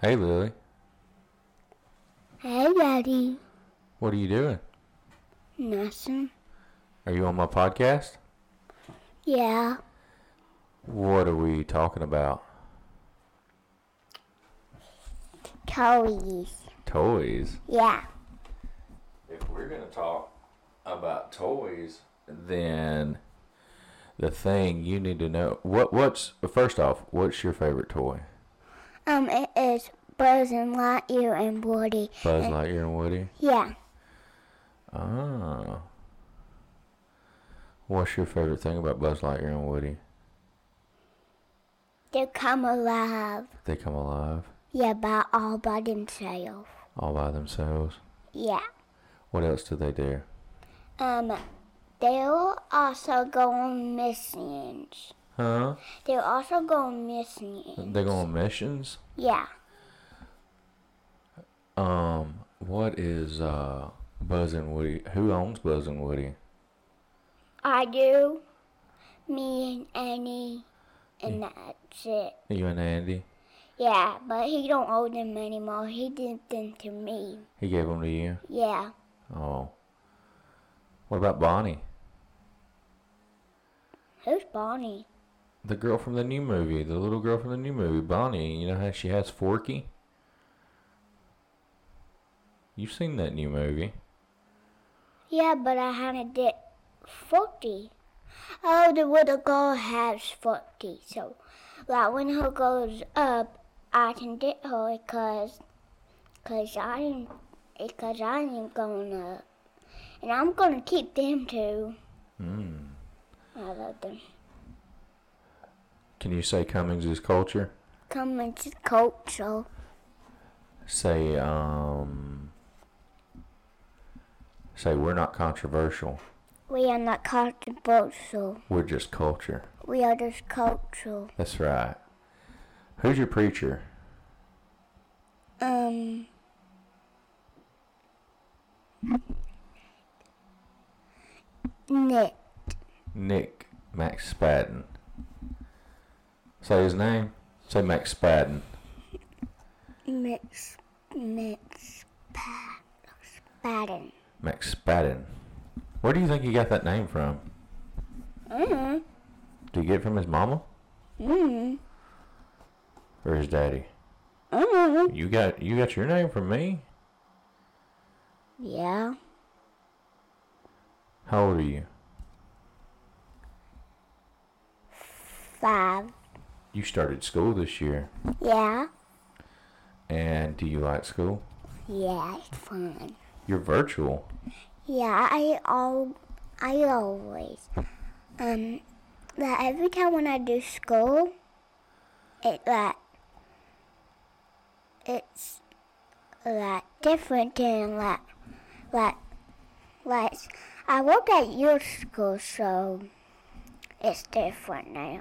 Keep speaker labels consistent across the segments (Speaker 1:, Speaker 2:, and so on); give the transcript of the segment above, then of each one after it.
Speaker 1: Hey, Lily.
Speaker 2: Hey, Daddy.
Speaker 1: What are you doing?
Speaker 2: Nothing.
Speaker 1: Are you on my podcast?
Speaker 2: Yeah.
Speaker 1: What are we talking about?
Speaker 2: Toys.
Speaker 1: Toys.
Speaker 2: Yeah.
Speaker 1: If we're going to talk about toys, then the thing you need to know what what's first off, what's your favorite toy?
Speaker 2: Um, it is Buzz and Lightyear and Woody.
Speaker 1: Buzz Lightyear and Woody.
Speaker 2: Yeah.
Speaker 1: Oh. What's your favorite thing about Buzz Lightyear and Woody?
Speaker 2: They come alive.
Speaker 1: They come alive
Speaker 2: Yeah, by all by themselves.
Speaker 1: all by themselves.
Speaker 2: Yeah.
Speaker 1: What else do they do?
Speaker 2: Um, they'll also go on missions.
Speaker 1: Huh?
Speaker 2: They'll also go on missions.
Speaker 1: They go on missions?
Speaker 2: Yeah.
Speaker 1: Um, what is uh Buzz and Woody? Who owns Buzz and Woody?
Speaker 2: I do. Me and Annie. And that's it.
Speaker 1: You and Andy?
Speaker 2: Yeah, but he don't owe them anymore. He did them to me.
Speaker 1: He gave them to you.
Speaker 2: Yeah.
Speaker 1: Oh. What about Bonnie?
Speaker 2: Who's Bonnie?
Speaker 1: The girl from the new movie, the little girl from the new movie, Bonnie. You know how she has Forky? You've seen that new movie.
Speaker 2: Yeah, but I haven't did 40. Oh, the little girl has 40. So, like, when her goes up, I can get her because cause I am because I am going up. And I'm going to keep them too.
Speaker 1: Mm.
Speaker 2: I love them.
Speaker 1: Can you say Cummings is culture?
Speaker 2: Come into culture.
Speaker 1: Say, um, say we're not controversial.
Speaker 2: We are not controversial.
Speaker 1: We're just culture.
Speaker 2: We are just cultural.
Speaker 1: That's right. Who's your preacher?
Speaker 2: Um. Nick.
Speaker 1: Nick Max Spadden. Say his name. Say Max Spadden.
Speaker 2: Mix, mix, pattern.
Speaker 1: Max Spadden. Where do you think he got that name from?
Speaker 2: Mm.
Speaker 1: Do you get it from his mama
Speaker 2: Mm.
Speaker 1: or his daddy?
Speaker 2: Mm.
Speaker 1: You got you got your name from me.
Speaker 2: Yeah.
Speaker 1: How old are you?
Speaker 2: Five.
Speaker 1: You started school this year,
Speaker 2: Yeah.
Speaker 1: and do you like school?
Speaker 2: Yeah, it's fun.
Speaker 1: You're virtual.
Speaker 2: Yeah, I all, I always, um, like every time when I do school, it like, it's like different than like, like, like I work at your school, so it's different now.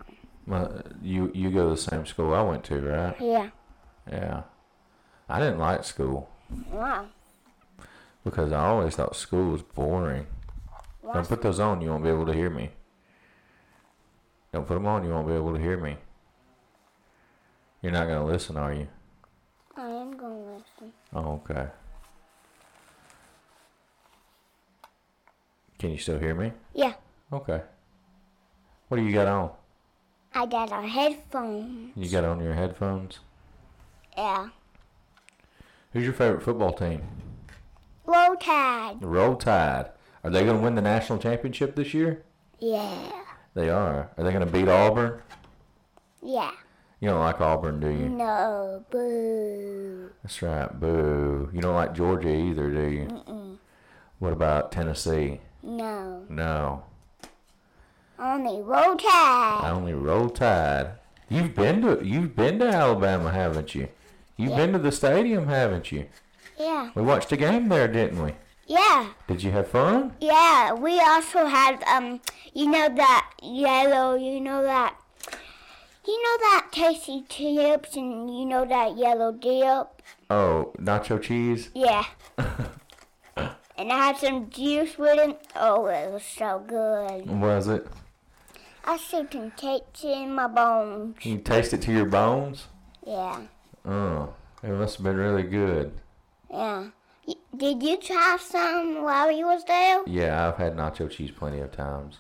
Speaker 1: My, you you go to the same school I went to, right?
Speaker 2: Yeah.
Speaker 1: Yeah. I didn't like school
Speaker 2: Wow.
Speaker 1: because I always thought school was boring. Don't put those on. You won't be able to hear me. Don't put them on. You won't be able to hear me. You're not gonna listen, are you?
Speaker 2: I am gonna listen.
Speaker 1: Oh, okay. Can you still hear me?
Speaker 2: Yeah,
Speaker 1: Okay. What do you got on?
Speaker 2: I got a headphone.
Speaker 1: You got on your headphones.
Speaker 2: Yeah.
Speaker 1: Who's your favorite football team?
Speaker 2: Low tide.
Speaker 1: Roll Tide. Are they gonna win the national championship this year?
Speaker 2: Yeah.
Speaker 1: They are. Are they gonna beat Auburn?
Speaker 2: Yeah.
Speaker 1: You don't like Auburn, do you?
Speaker 2: No, boo.
Speaker 1: That's right. Boo. You don't like Georgia either, do you? Mm-mm. What about Tennessee?
Speaker 2: No.
Speaker 1: No.
Speaker 2: Only roll tide.
Speaker 1: I only roll tide. You've been to you've been to Alabama, haven't you? You've been to the stadium, haven't you?
Speaker 2: Yeah.
Speaker 1: We watched a game there, didn't we?
Speaker 2: Yeah.
Speaker 1: Did you have fun?
Speaker 2: Yeah. We also have um you know that yellow, you know that you know that tasty chips and you know that yellow dip?
Speaker 1: Oh, nacho cheese.
Speaker 2: Yeah. and I had some juice with it. Oh, it was so good.
Speaker 1: Was it?
Speaker 2: I still can taste it in my bones.
Speaker 1: You taste it to your bones.
Speaker 2: Yeah.
Speaker 1: Oh, It must have been really good.
Speaker 2: Yeah. Y- Did you try some while you was there?
Speaker 1: Yeah, I've had nacho cheese plenty of times.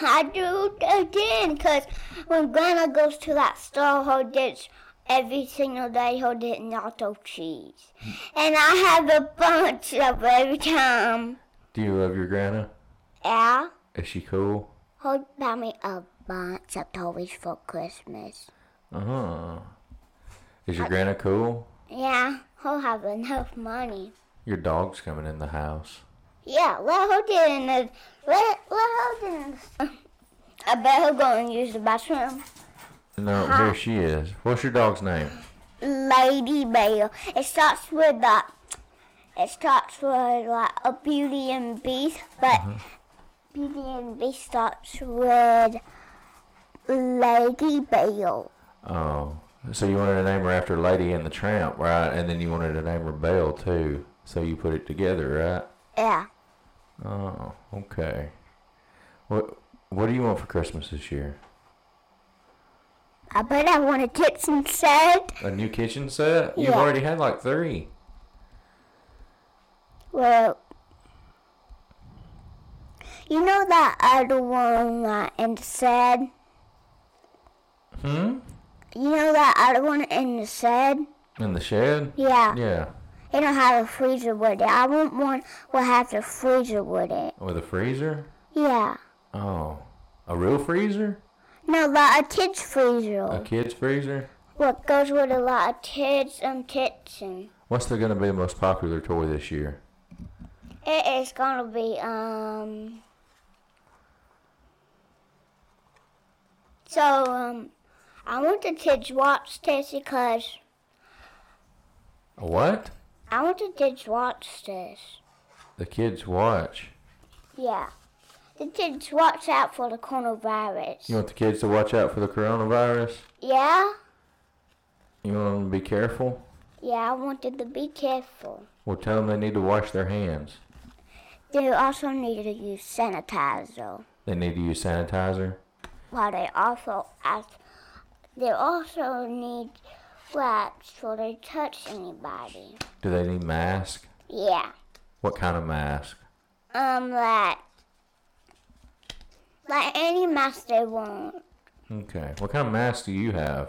Speaker 2: I do again, cause when Grandma goes to that store, he gets every single day. He gets nacho cheese, and I have a bunch of every time.
Speaker 1: Do you love your grandma?
Speaker 2: Yeah,
Speaker 1: Is she cool?
Speaker 2: he buy me a bunch of toys for Christmas.
Speaker 1: Uh huh. Is your grandma cool?
Speaker 2: Yeah, he'll have enough money.
Speaker 1: Your dog's coming in the house.
Speaker 2: Yeah, let her get in the let let her get in. The, I bet he'll go and use the bathroom.
Speaker 1: No, here she is. What's your dog's name?
Speaker 2: Lady Belle. It starts with that. It starts with like a Beauty and Beast, but Beauty and Beast starts with Lady Belle.
Speaker 1: Oh, so you wanted to name her after Lady and the Tramp, right? And then you wanted to name her Belle too. So you put it together,
Speaker 2: Yeah.
Speaker 1: right? Oh, okay. What What do you want for Christmas this year?
Speaker 2: I bet I want a Texan set
Speaker 1: A new kitchen set? You've
Speaker 2: Yeah.
Speaker 1: already had like three.
Speaker 2: Well, you know that other one that in the shed?
Speaker 1: Hmm.
Speaker 2: You know that other one in the shed?
Speaker 1: In the shed?
Speaker 2: Yeah.
Speaker 1: Yeah.
Speaker 2: It don't have a freezer with it. I want one will have the freezer with it.
Speaker 1: With a freezer?
Speaker 2: Yeah.
Speaker 1: Oh, a real freezer?
Speaker 2: No, like a kids freezer.
Speaker 1: A kid's freezer?
Speaker 2: What goes with a lot of kids and kitchen.
Speaker 1: What's the gonna be the most popular toy this year?
Speaker 2: It is gonna be um. So um, I want the kids watch this because
Speaker 1: A what?
Speaker 2: I want the kids watch this.
Speaker 1: The kids watch.
Speaker 2: Yeah. The kids watch out for the coronavirus.
Speaker 1: You want the kids to watch out for the coronavirus?
Speaker 2: Yeah?
Speaker 1: You want them to be careful?
Speaker 2: Yeah, I wanted to be careful.
Speaker 1: Well, tell them they need to wash their hands.
Speaker 2: They also need to use sanitizer.
Speaker 1: They need to use sanitizer.
Speaker 2: While they also ask, they also need wraps so they touch anybody.
Speaker 1: Do they need mask?
Speaker 2: Yeah.
Speaker 1: What kind of mask?
Speaker 2: Um, like, like any mask they want.
Speaker 1: Okay. What kind of mask do you have?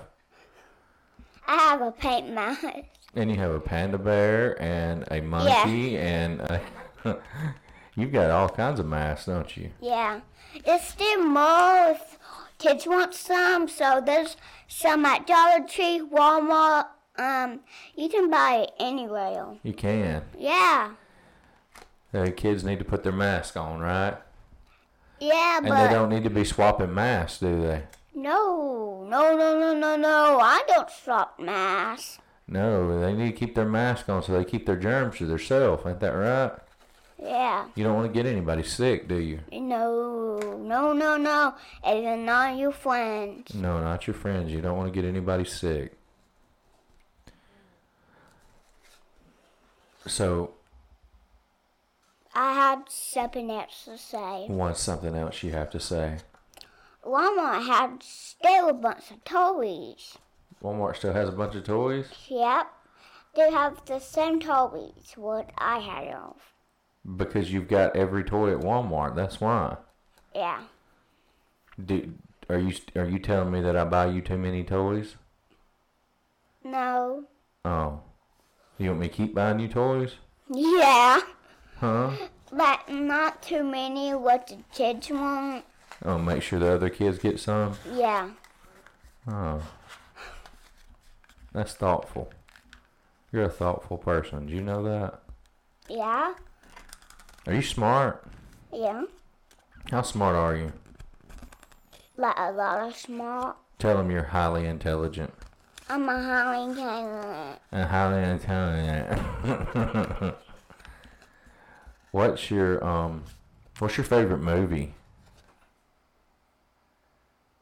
Speaker 2: I have a paint mask.
Speaker 1: And you have a panda bear and a monkey and a you've got all kinds of masks, don't you?
Speaker 2: Yeah. It's still more if kids want some, so there's some at Dollar Tree, Walmart. Um, you can buy it anywhere.
Speaker 1: You can.
Speaker 2: Yeah.
Speaker 1: The kids need to put their mask on, right?
Speaker 2: Yeah,
Speaker 1: And
Speaker 2: but
Speaker 1: they don't need to be swapping masks, do they?
Speaker 2: no, no, no, no, no, no. I don't swap masks.
Speaker 1: No, they need to keep their mask on so they keep their germs to themselves. Ain't that right?
Speaker 2: Yeah.
Speaker 1: You don't want to get anybody sick, do you?
Speaker 2: No, no, no, no. Even not your friends.
Speaker 1: No, not your friends. You don't want to get anybody sick. So,
Speaker 2: I had something else to say.
Speaker 1: what's something else you have to say?
Speaker 2: Walmart had still a bunch of toys.
Speaker 1: Walmart still has a bunch of toys.
Speaker 2: Yep. They have the same toys what I had on.
Speaker 1: Because you've got every toy at Walmart. That's why.
Speaker 2: Yeah.
Speaker 1: Do, are you are you telling me that I buy you too many toys?
Speaker 2: No.
Speaker 1: Oh, you want me to keep buying you toys?
Speaker 2: Yeah.
Speaker 1: Huh?
Speaker 2: But not too many what the kids want.
Speaker 1: Oh, make sure the other kids get some.
Speaker 2: Yeah.
Speaker 1: Oh, that's thoughtful. You're a thoughtful person. Do you know that?
Speaker 2: Yeah.
Speaker 1: Are you smart?
Speaker 2: Yeah.
Speaker 1: How smart are you?
Speaker 2: Like a lot of smart.
Speaker 1: Tell them you're highly intelligent.
Speaker 2: I'm a highly talent.
Speaker 1: And highly intelligent. what's your um? What's your favorite movie?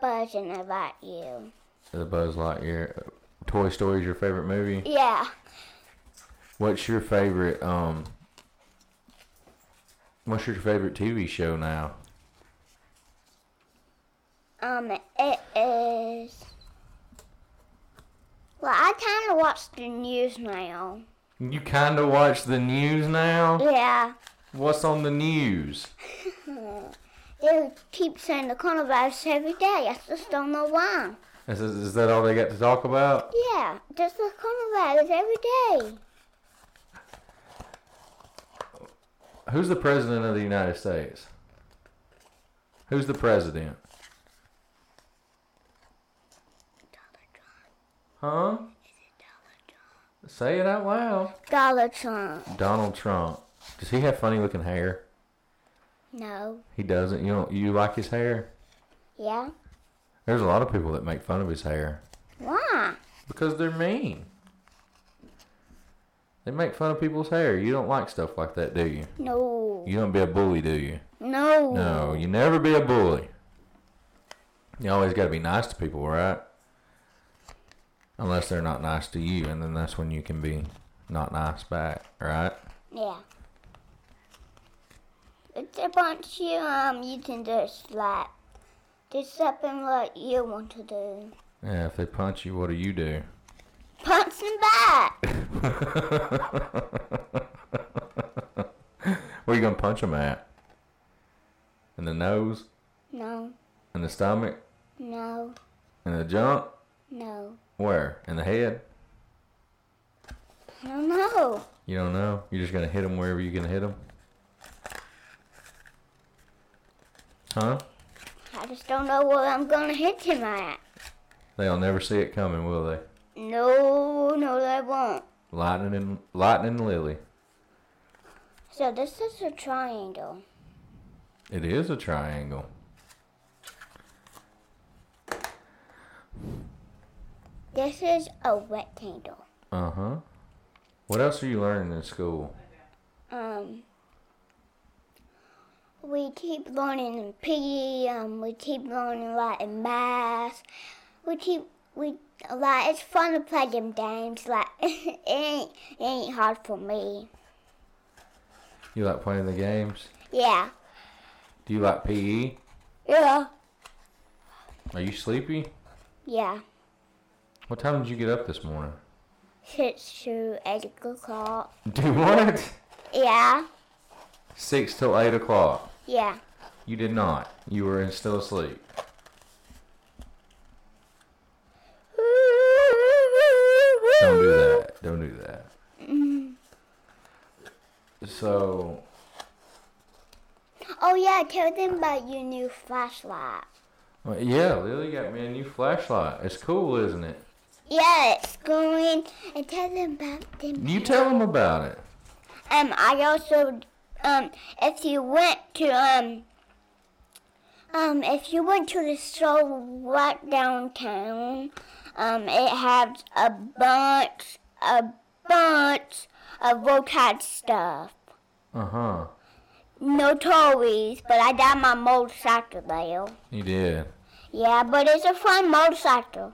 Speaker 2: Buzzing about you.
Speaker 1: The Buzz Lightyear. Toy Story is your favorite movie.
Speaker 2: Yeah.
Speaker 1: What's your favorite um? What's your favorite TV show now?
Speaker 2: Um, it is. Well, I watch the news now.
Speaker 1: You kind of watch the news now?
Speaker 2: Yeah.
Speaker 1: What's on the news?
Speaker 2: They keep saying the coronavirus every day. I just don't know why.
Speaker 1: Is, is that all they got to talk about?
Speaker 2: Yeah, just the coronavirus every day.
Speaker 1: Who's the president of the United States? Who's the president? Huh? Say it out loud.
Speaker 2: Donald Trump.
Speaker 1: Donald Trump. Does he have funny looking hair?
Speaker 2: No.
Speaker 1: He doesn't. You don't. You like his hair?
Speaker 2: Yeah.
Speaker 1: There's a lot of people that make fun of his hair
Speaker 2: Why?
Speaker 1: because they're mean. They make fun of people's hair. You don't like stuff like that, do you?
Speaker 2: No.
Speaker 1: You don't be a bully, do you?
Speaker 2: No.
Speaker 1: No, you never be a bully. You always got to be nice to people, right? Unless they're not nice to you, and then that's when you can be not nice back, right?
Speaker 2: Yeah. Except once you um you can just like just something what you want to do.
Speaker 1: Yeah, if they punch you, what do you do?
Speaker 2: Punch them back.
Speaker 1: Where you gonna punch them at? In the nose,
Speaker 2: No.
Speaker 1: in the stomach,
Speaker 2: No.
Speaker 1: in the junk?
Speaker 2: No.
Speaker 1: Where? In the head?
Speaker 2: I don't know.
Speaker 1: You don't know. You're just gonna hit them wherever you can hit them. Huh?
Speaker 2: I just don't know what I'm gonna hit him at.
Speaker 1: They'll never see it coming, will they?
Speaker 2: No, no, they won't.
Speaker 1: Lightning and lightning and Lily.
Speaker 2: So this is a triangle.
Speaker 1: It is a triangle.
Speaker 2: This is a rectangle.
Speaker 1: Uh huh. What else are you learning in school?
Speaker 2: Um, we keep learning in PE. Um, we keep learning a lot in math. We keep we a lot. It's fun to play them games. Like it ain't it ain't hard for me.
Speaker 1: You like playing the games?
Speaker 2: Yeah,
Speaker 1: Do you like E? PE?
Speaker 2: yeah,
Speaker 1: Are you sleepy?
Speaker 2: yeah.
Speaker 1: What time did you get up this morning?
Speaker 2: Six to eight o'clock.
Speaker 1: Do what?
Speaker 2: Yeah,
Speaker 1: Six till eight o'clock.
Speaker 2: yeah.
Speaker 1: You did not. You were in still asleep. Don't do that. Don't do that.
Speaker 2: Mm.
Speaker 1: So,
Speaker 2: Oh yeah, tell them about your new flashlight.
Speaker 1: well, yeah, Lily got me a new flashlight. It's cool, isn't it?
Speaker 2: Yeah, it's going. And tell them about them.
Speaker 1: You tell them about it.
Speaker 2: Um, I also, um, if you went to, um, um, if you went to the store right downtown, um, it has a bunch, a bunch of roadside stuff.
Speaker 1: Uh huh.
Speaker 2: No toys, but I got my motorcycle there.
Speaker 1: You did.
Speaker 2: Yeah, but it's a fun motorcycle.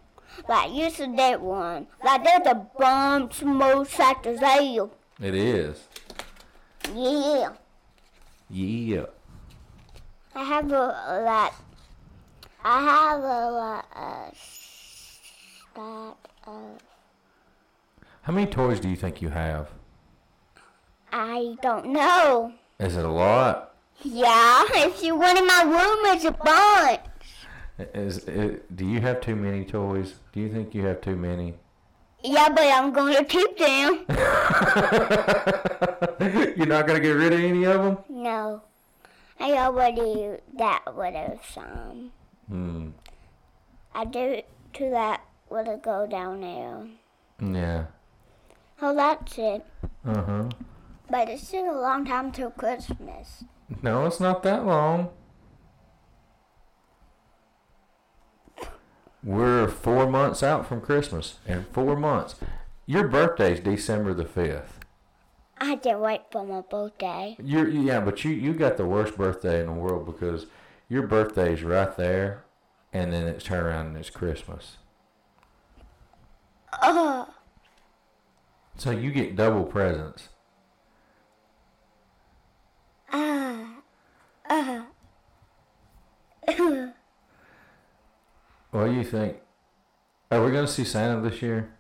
Speaker 2: Like, you should get one. Like, there's a bunch of motorcycles there.
Speaker 1: It is.
Speaker 2: Yeah.
Speaker 1: Yeah.
Speaker 2: I have a lot. I have a lot of um, stock of.
Speaker 1: How many toys do you think you have?
Speaker 2: I don't know.
Speaker 1: Is it a lot?
Speaker 2: Yeah, if you went in my room, it's a bunch.
Speaker 1: Is it, do you have too many toys? Do you think you have too many?
Speaker 2: Yeah, but I'm gonna keep them.
Speaker 1: You're not gonna get rid of any of them.
Speaker 2: no, I already that would have some.
Speaker 1: Hmm.
Speaker 2: I do to that would have go down there.
Speaker 1: Yeah.
Speaker 2: Oh, that's it.
Speaker 1: Uh huh.
Speaker 2: But it's still a long time till Christmas.
Speaker 1: No, it's not that long. We're four months out from Christmas. In four months. Your birthday's December the fifth.
Speaker 2: I didn't wait for my birthday.
Speaker 1: You're yeah, but you you got the worst birthday in the world because your birthday's right there, and then it's turn around and it's Christmas.
Speaker 2: Oh.
Speaker 1: So you get double presents.
Speaker 2: Ah.
Speaker 1: What do you think? Are we gonna see Santa this year?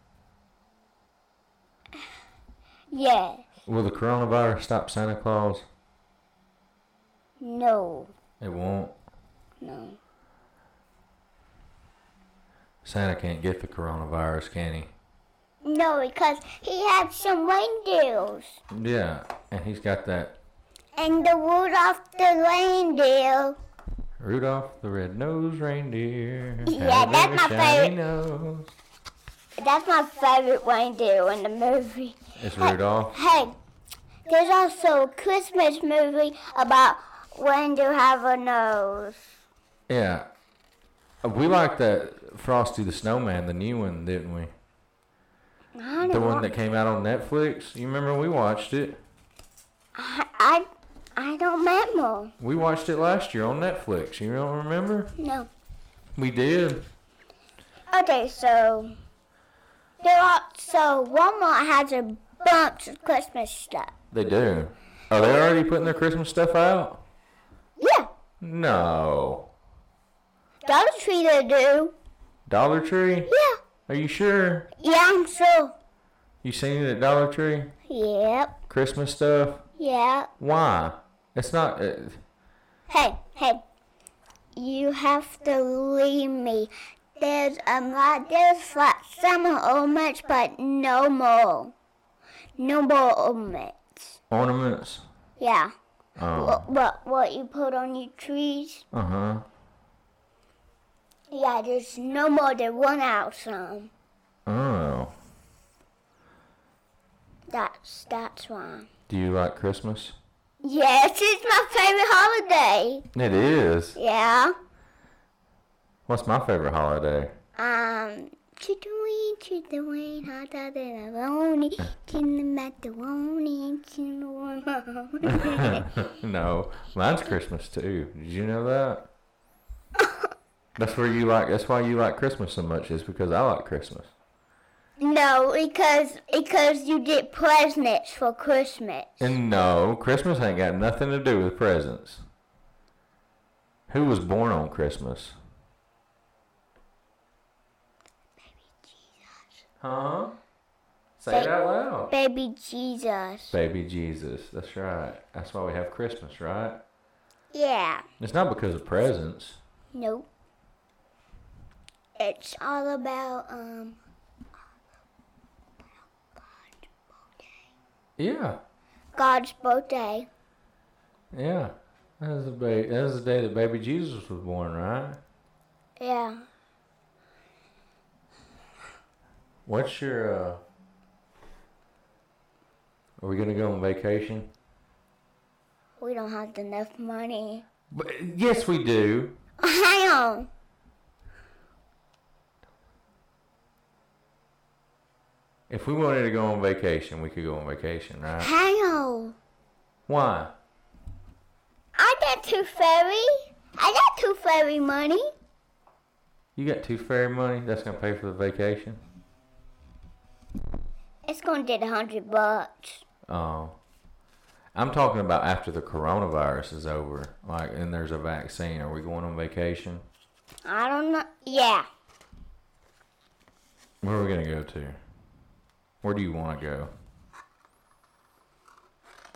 Speaker 2: Yes.
Speaker 1: Will the coronavirus stop Santa Claus?
Speaker 2: No.
Speaker 1: It won't.
Speaker 2: No.
Speaker 1: Santa can't get the coronavirus, can he?
Speaker 2: No, because he had some reindeers.
Speaker 1: Yeah, and he's got that
Speaker 2: And the Rudolph the reindeer.
Speaker 1: Rudolph the Red-Nosed Reindeer.
Speaker 2: Yeah,
Speaker 1: had a
Speaker 2: that's
Speaker 1: very
Speaker 2: my
Speaker 1: shiny Nose.
Speaker 2: That's my favorite reindeer in the movie.
Speaker 1: It's Rudolph.
Speaker 2: Hey, there's also a Christmas movie about reindeer have a nose.
Speaker 1: Yeah. Uh, We liked that Frosty the Snowman, the new one, didn't we?
Speaker 2: I don't
Speaker 1: The one
Speaker 2: want-
Speaker 1: that came out on Netflix. You remember we watched it?
Speaker 2: I, I, I don't remember.
Speaker 1: We watched it last year on Netflix. You don't remember?
Speaker 2: No.
Speaker 1: We did.
Speaker 2: Okay, so there are so Walmart has a bunch of Christmas stuff.
Speaker 1: They do. Are they already putting their Christmas stuff out?
Speaker 2: Yeah,
Speaker 1: No.
Speaker 2: Dollar Tree they do.
Speaker 1: Dollar Tree?
Speaker 2: Yeah,
Speaker 1: Are you sure?
Speaker 2: yeah, I'm sure.
Speaker 1: You seen it at Dollar Tree?
Speaker 2: Yep,
Speaker 1: Christmas stuff?
Speaker 2: yep.
Speaker 1: Why? It's not. uh, It,
Speaker 2: Hey, hey, you have to leave me. There's a lot, there's like summer omens, but no more. No more omens.
Speaker 1: ornaments?
Speaker 2: Yeah.
Speaker 1: Oh.
Speaker 2: What, what, what you put on your trees?
Speaker 1: Uh huh.
Speaker 2: Yeah, there's no more than one out some.
Speaker 1: Oh.
Speaker 2: That's, that's why.
Speaker 1: Do you like Christmas?
Speaker 2: Yes, it's my favorite holiday.
Speaker 1: It is.
Speaker 2: Yeah.
Speaker 1: What's my favorite holiday?
Speaker 2: Um, chitween, chitween, hot dog and macaroni, chicken and macaroni, and chicken and macaroni.
Speaker 1: no, mine's Christmas too. Did you know that? That's where you like. That's why you like Christmas so much. Is because I like Christmas.
Speaker 2: No, because because you get presents for Christmas.
Speaker 1: And no, Christmas ain't got nothing to do with presents. Who was born on Christmas? Huh? Say it out loud.
Speaker 2: Baby Jesus.
Speaker 1: Baby Jesus. That's right. That's why we have Christmas, right?
Speaker 2: Yeah.
Speaker 1: It's not because of presents.
Speaker 2: Nope. It's all about um
Speaker 1: Yeah.
Speaker 2: God's birthday.
Speaker 1: Yeah. That was the ba- that was the day that baby Jesus was born, right?
Speaker 2: Yeah.
Speaker 1: What's your uh Are we gonna go on vacation?
Speaker 2: We don't have enough money.
Speaker 1: But, yes we do.
Speaker 2: Hang on.
Speaker 1: If we wanted to go on vacation, we could go on vacation, right?
Speaker 2: Hang on.
Speaker 1: Why?
Speaker 2: I got two fairy. I got two fairy money.
Speaker 1: You got two fairy money? That's gonna pay for the vacation?
Speaker 2: It's gonna get a hundred bucks.
Speaker 1: Oh. I'm talking about after the coronavirus is over, like and there's a vaccine. Are we going on vacation?
Speaker 2: I don't know. Yeah.
Speaker 1: Where are we gonna go to? Where do you wanna go?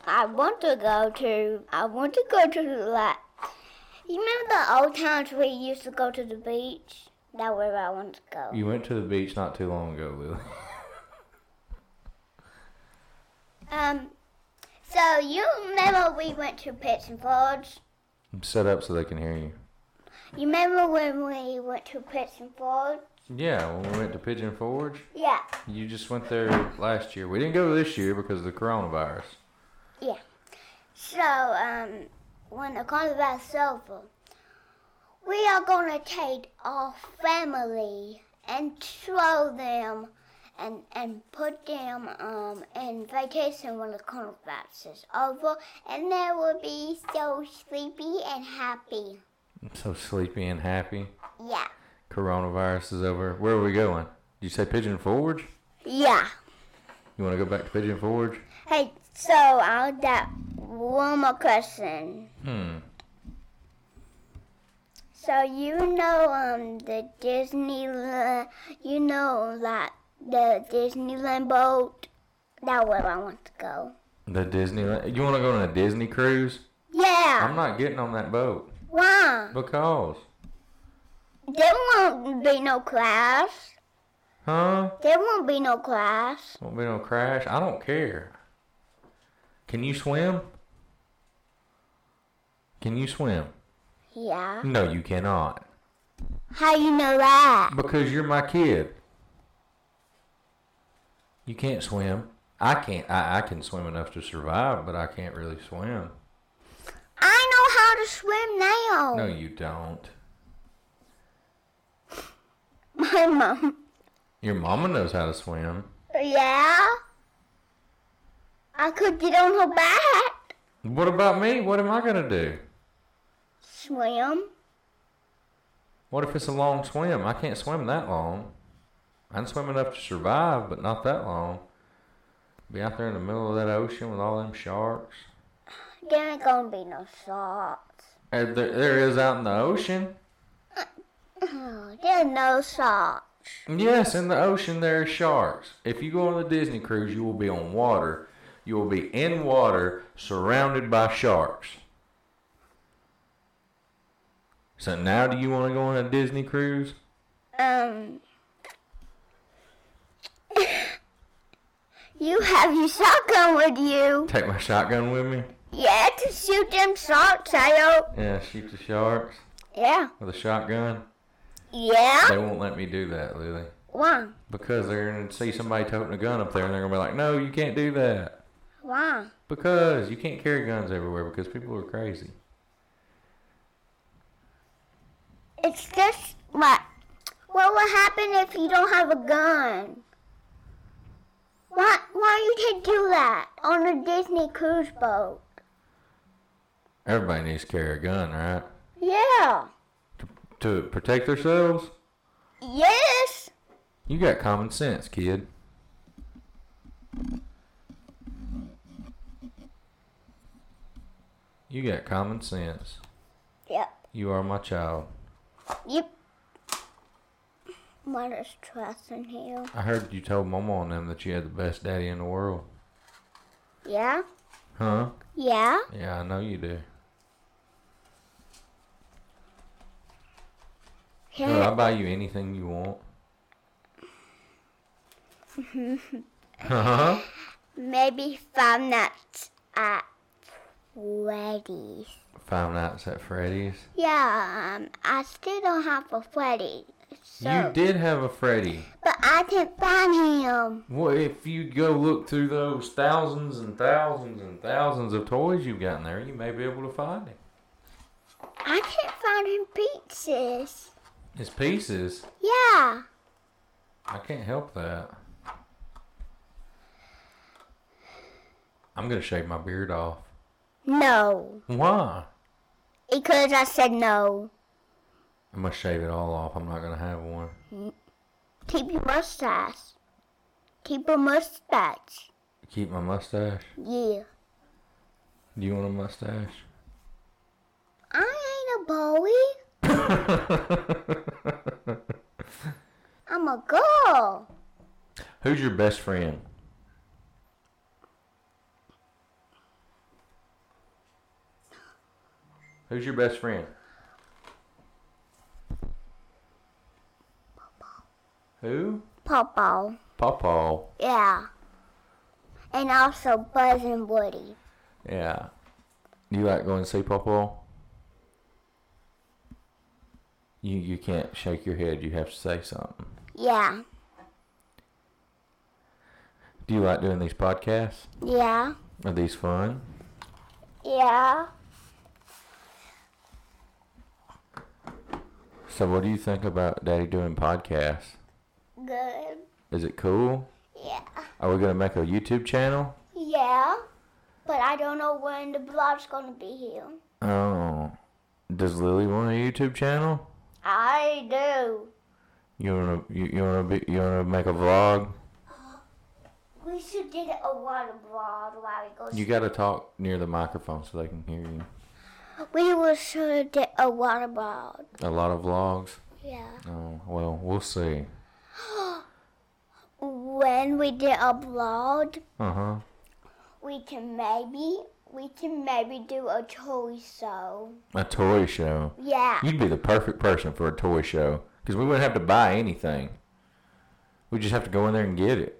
Speaker 2: I want to go to. I want to go to like. You remember the old times we used to go to the beach? That's where I want to go.
Speaker 1: You went to the beach not too long ago, Lily.
Speaker 2: Um. So you remember we went to Pitts and Fords?
Speaker 1: Set up so they can hear you.
Speaker 2: You remember when we went to Pitts and Fords?
Speaker 1: Yeah, when we went to Pigeon Forge,
Speaker 2: Yeah.
Speaker 1: you just went there last year. We didn't go this year because of the coronavirus.
Speaker 2: Yeah. So, um, when the carnival's over, we are gonna take our family and throw them and and put them um in vacation when the carnival's is over, and they will be so sleepy and happy.
Speaker 1: I'm so sleepy and happy.
Speaker 2: Yeah.
Speaker 1: Coronavirus is over. Where are we going? Did you say Pigeon Forge?
Speaker 2: Yeah.
Speaker 1: You want to go back to Pigeon Forge?
Speaker 2: Hey, so I'll got one more question.
Speaker 1: Hmm.
Speaker 2: So you know um the Disneyland, you know like the Disneyland boat That where I want to go.
Speaker 1: The Disneyland. You want to go on a Disney cruise? I'm
Speaker 2: Yeah.
Speaker 1: not getting on that boat
Speaker 2: Why?
Speaker 1: because,
Speaker 2: There won't be no class.
Speaker 1: huh?
Speaker 2: There won't be no class.
Speaker 1: Won't be no crash. I don't care. Can you swim? Can you swim?
Speaker 2: Yeah.
Speaker 1: No, you cannot
Speaker 2: How you know that?
Speaker 1: because you're my kid. You can't swim. I can't. I, I can swim enough to survive, but I can't really swim.
Speaker 2: I know how to swim now.
Speaker 1: No, you don't.
Speaker 2: My mom.
Speaker 1: Your mama knows how to swim.
Speaker 2: Yeah. I could get on her back.
Speaker 1: What about me? What am I gonna do?
Speaker 2: Swim.
Speaker 1: What if it's a long swim? I can't swim that long. I can swim enough to survive, but not that long. Be out there in the middle of that ocean with all them sharks.
Speaker 2: There ain't gonna be no socks.
Speaker 1: Uh, There, there is out in the ocean.
Speaker 2: Oh, there's no socks.
Speaker 1: Yes, in the ocean there are sharks. If you go on the Disney cruise, you will be on water. You will be in water surrounded by sharks. So now do you want to go on a Disney cruise?
Speaker 2: Um. you have your shotgun with you.
Speaker 1: Take my shotgun with me?
Speaker 2: Yeah, to shoot them socks out.
Speaker 1: Yeah, shoot the sharks
Speaker 2: Yeah.
Speaker 1: with a shotgun. They
Speaker 2: Yeah.
Speaker 1: won't let me do that, Lily.
Speaker 2: Why?
Speaker 1: Because they're going to see somebody toting a gun up there and they're going to be like, no, you can't do that.
Speaker 2: Why?
Speaker 1: Because you can't carry guns everywhere because people are crazy.
Speaker 2: It's just like, what will happen if you don't have a gun? Why, why you can do that on a Disney cruise boat?
Speaker 1: Everybody needs to carry a gun, right?
Speaker 2: Yeah.
Speaker 1: To protect themselves?
Speaker 2: Yes.
Speaker 1: You got common sense, kid. You got common sense.
Speaker 2: Yep.
Speaker 1: You are my child.
Speaker 2: Yep. Mother's trusting you.
Speaker 1: I heard you told Mama and them that you had the best daddy in the world.
Speaker 2: Yeah.
Speaker 1: Huh?
Speaker 2: Yeah.
Speaker 1: Yeah, I know you do. Girl, I'll buy you anything you want. huh?
Speaker 2: Maybe five nights at Freddy's.
Speaker 1: Five Nights at Freddy's.
Speaker 2: Yeah. Um, I still don't have a Freddy. So,
Speaker 1: You did have a Freddy.
Speaker 2: But I can't find him.
Speaker 1: Well, if you go look through those thousands and thousands and thousands of toys you've gotten there, you may be able to find it.
Speaker 2: I can't find him pizzas.
Speaker 1: It's pieces.
Speaker 2: Yeah.
Speaker 1: I can't help that. I'm gonna shave my beard off.
Speaker 2: No.
Speaker 1: Why?
Speaker 2: Because I said no.
Speaker 1: I'm gonna shave it all off. I'm not gonna have one.
Speaker 2: Keep your mustache. Keep your mustache.
Speaker 1: Keep my mustache.
Speaker 2: Yeah.
Speaker 1: Do you want a mustache?
Speaker 2: I ain't a boy. I'm a girl.
Speaker 1: Who's your best friend? Who's your best friend? Who?
Speaker 2: Pawpaw.
Speaker 1: Pawpaw.
Speaker 2: Yeah. And also Buzz and Woody.
Speaker 1: Yeah. Do you like going to see Pawpaw? You you can't shake your head. You have to say something.
Speaker 2: Yeah.
Speaker 1: Do you like doing these podcasts?
Speaker 2: Yeah.
Speaker 1: Are these fun?
Speaker 2: Yeah.
Speaker 1: So what do you think about Daddy doing podcasts?
Speaker 2: Good.
Speaker 1: Is it cool?
Speaker 2: Yeah.
Speaker 1: Are we gonna make a YouTube channel?
Speaker 2: Yeah. But I don't know when the blog's gonna be here.
Speaker 1: Oh, does Lily want a YouTube channel?
Speaker 2: I do.
Speaker 1: You wanna you, you wanna be you wanna make a vlog?
Speaker 2: We should get a water bottle while we go.
Speaker 1: You gotta talk near the microphone so they can hear you.
Speaker 2: we will should get a water bottle.
Speaker 1: A lot of vlogs.
Speaker 2: Yeah.
Speaker 1: Oh well, we'll see.
Speaker 2: when we did upload,
Speaker 1: Uh huh.
Speaker 2: we can maybe we can maybe do a toy show.
Speaker 1: A toy show.
Speaker 2: Yeah,
Speaker 1: You'd be the perfect person for a toy show because we wouldn't have to buy anything. We just have to go in there and get it.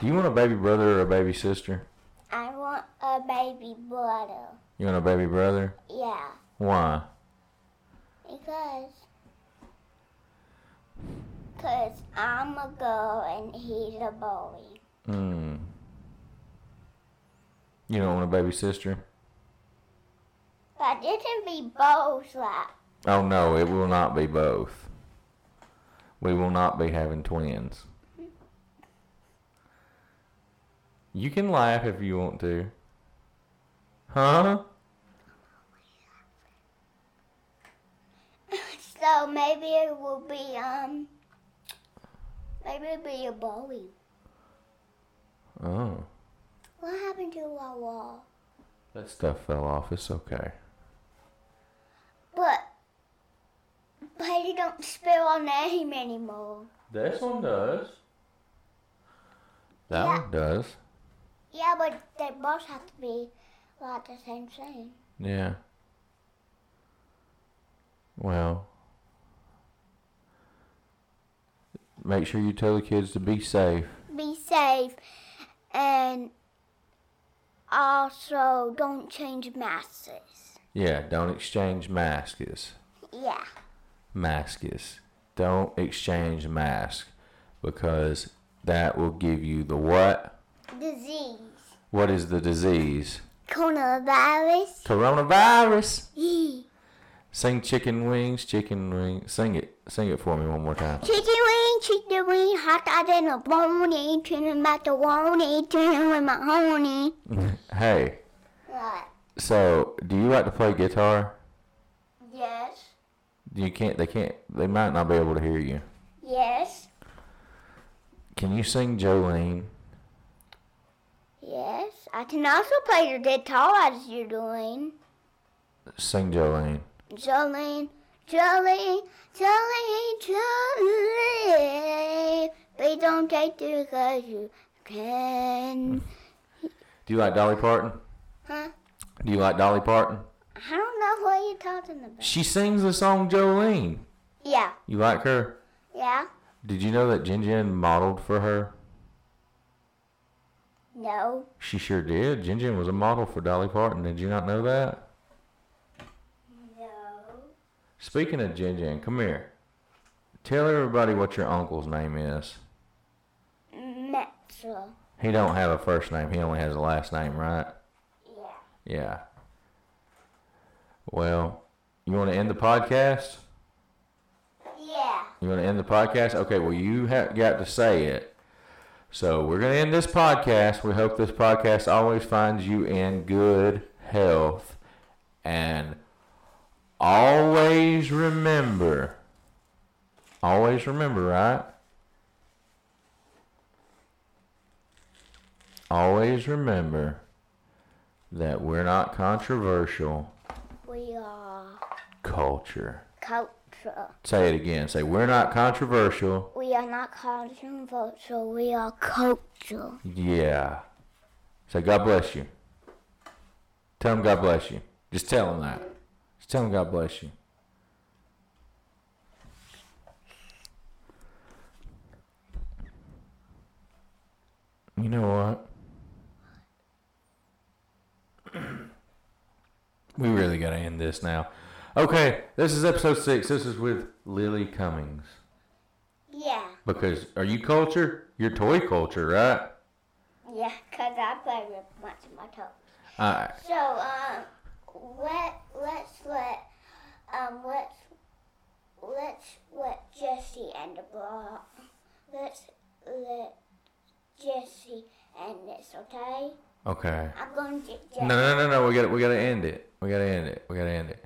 Speaker 1: Do you want a baby brother or a baby sister?
Speaker 2: I want a baby brother.
Speaker 1: You want a baby brother?
Speaker 2: Yeah,
Speaker 1: Why?
Speaker 2: because cause I'm a girl and he's a boy.
Speaker 1: Hmm. You don't want a baby sister?
Speaker 2: But it can be both. Like
Speaker 1: Oh no, it will not be both. We will not be having twins. You can laugh if you want to. Huh?
Speaker 2: so, maybe it will be um, maybe it'll be a boy.
Speaker 1: Oh.
Speaker 2: What happened to our wall?
Speaker 1: That stuff fell off. It's okay.
Speaker 2: But but you don't spell our name anymore.
Speaker 1: This one does. That
Speaker 2: Yeah.
Speaker 1: one does.
Speaker 2: Yeah, but they both have to be like the same thing.
Speaker 1: Yeah. Well, make sure you tell the kids to be safe.
Speaker 2: Be safe and also don't change masses.
Speaker 1: Yeah, don't exchange masks.
Speaker 2: Yeah.
Speaker 1: Masks. Don't exchange masks because that will give you the what?
Speaker 2: Disease.
Speaker 1: What is the disease?
Speaker 2: Coronavirus.
Speaker 1: Coronavirus.
Speaker 2: Chicken
Speaker 1: Sing chicken wings, chicken wings. Sing it. Sing it for me one more time.
Speaker 2: wing, chicken wing, hot dog in a pony, turning back the wony, turning with my honey.
Speaker 1: hey, so do you like to play guitar?
Speaker 2: Yes.
Speaker 1: You can't. They can't. They might not be able to hear you.
Speaker 2: Yes.
Speaker 1: Can you sing Jolene?
Speaker 2: Yes, I can also play the guitar as you're doing.
Speaker 1: Sing Jolene.
Speaker 2: Jolene, Jolene, Jolene, Jolene. Please don't take this because you can.
Speaker 1: Do you like Dolly Parton?
Speaker 2: Huh?
Speaker 1: Do you like Dolly Parton?
Speaker 2: I don't know what you're talking about.
Speaker 1: She sings the song Jolene.
Speaker 2: Yeah,
Speaker 1: You like her?
Speaker 2: yeah,
Speaker 1: Did you know that Jin Jin modeled for her?
Speaker 2: no.
Speaker 1: She sure did. Jin Jin was a model for Dolly Parton. Did you not know that?
Speaker 2: No.
Speaker 1: Speaking of Jin Jin, come here. Tell everybody what your uncle's name is.
Speaker 2: Metro.
Speaker 1: He don't have a first name. He only has a last name, right?
Speaker 2: Yeah.
Speaker 1: Yeah. Well, you want to end the podcast?
Speaker 2: Yeah.
Speaker 1: You want to end the podcast? Okay, well, you have got to say it. So we're going to end this podcast. We hope this podcast always finds you in good health. And always remember, always remember, right? Always remember that we're not controversial
Speaker 2: We are
Speaker 1: culture.
Speaker 2: culture.
Speaker 1: Say it again. Say, we're not controversial.
Speaker 2: We are not controversial. We are culture.
Speaker 1: Yeah. So God bless you. Tell him God bless you. Just tell him that. Just tell him God bless you. You know what? we really got to end this now. Okay, this is episode six. This is with Lily Cummings.
Speaker 2: Yeah.
Speaker 1: Because are you culture? You're toy culture, right?
Speaker 2: Yeah, because I play with much of my toes.
Speaker 1: All right.
Speaker 2: So, um, let, let's let, um, let's, let's let Jesse end the blog. Let's let Jesse end this, okay?
Speaker 1: Okay.
Speaker 2: I'm going to get Jesse.
Speaker 1: No, no, no, no. We got to we got to end it. We got to end it. We got to end it.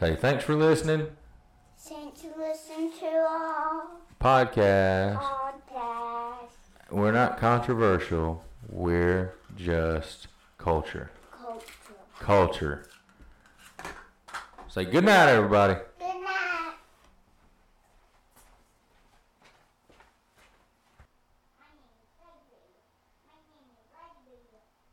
Speaker 1: Say thanks for listening,
Speaker 2: Since you listen to our
Speaker 1: podcast.
Speaker 2: podcast,
Speaker 1: We're not controversial. We're just culture.
Speaker 2: culture.
Speaker 1: Culture. Say good night, everybody.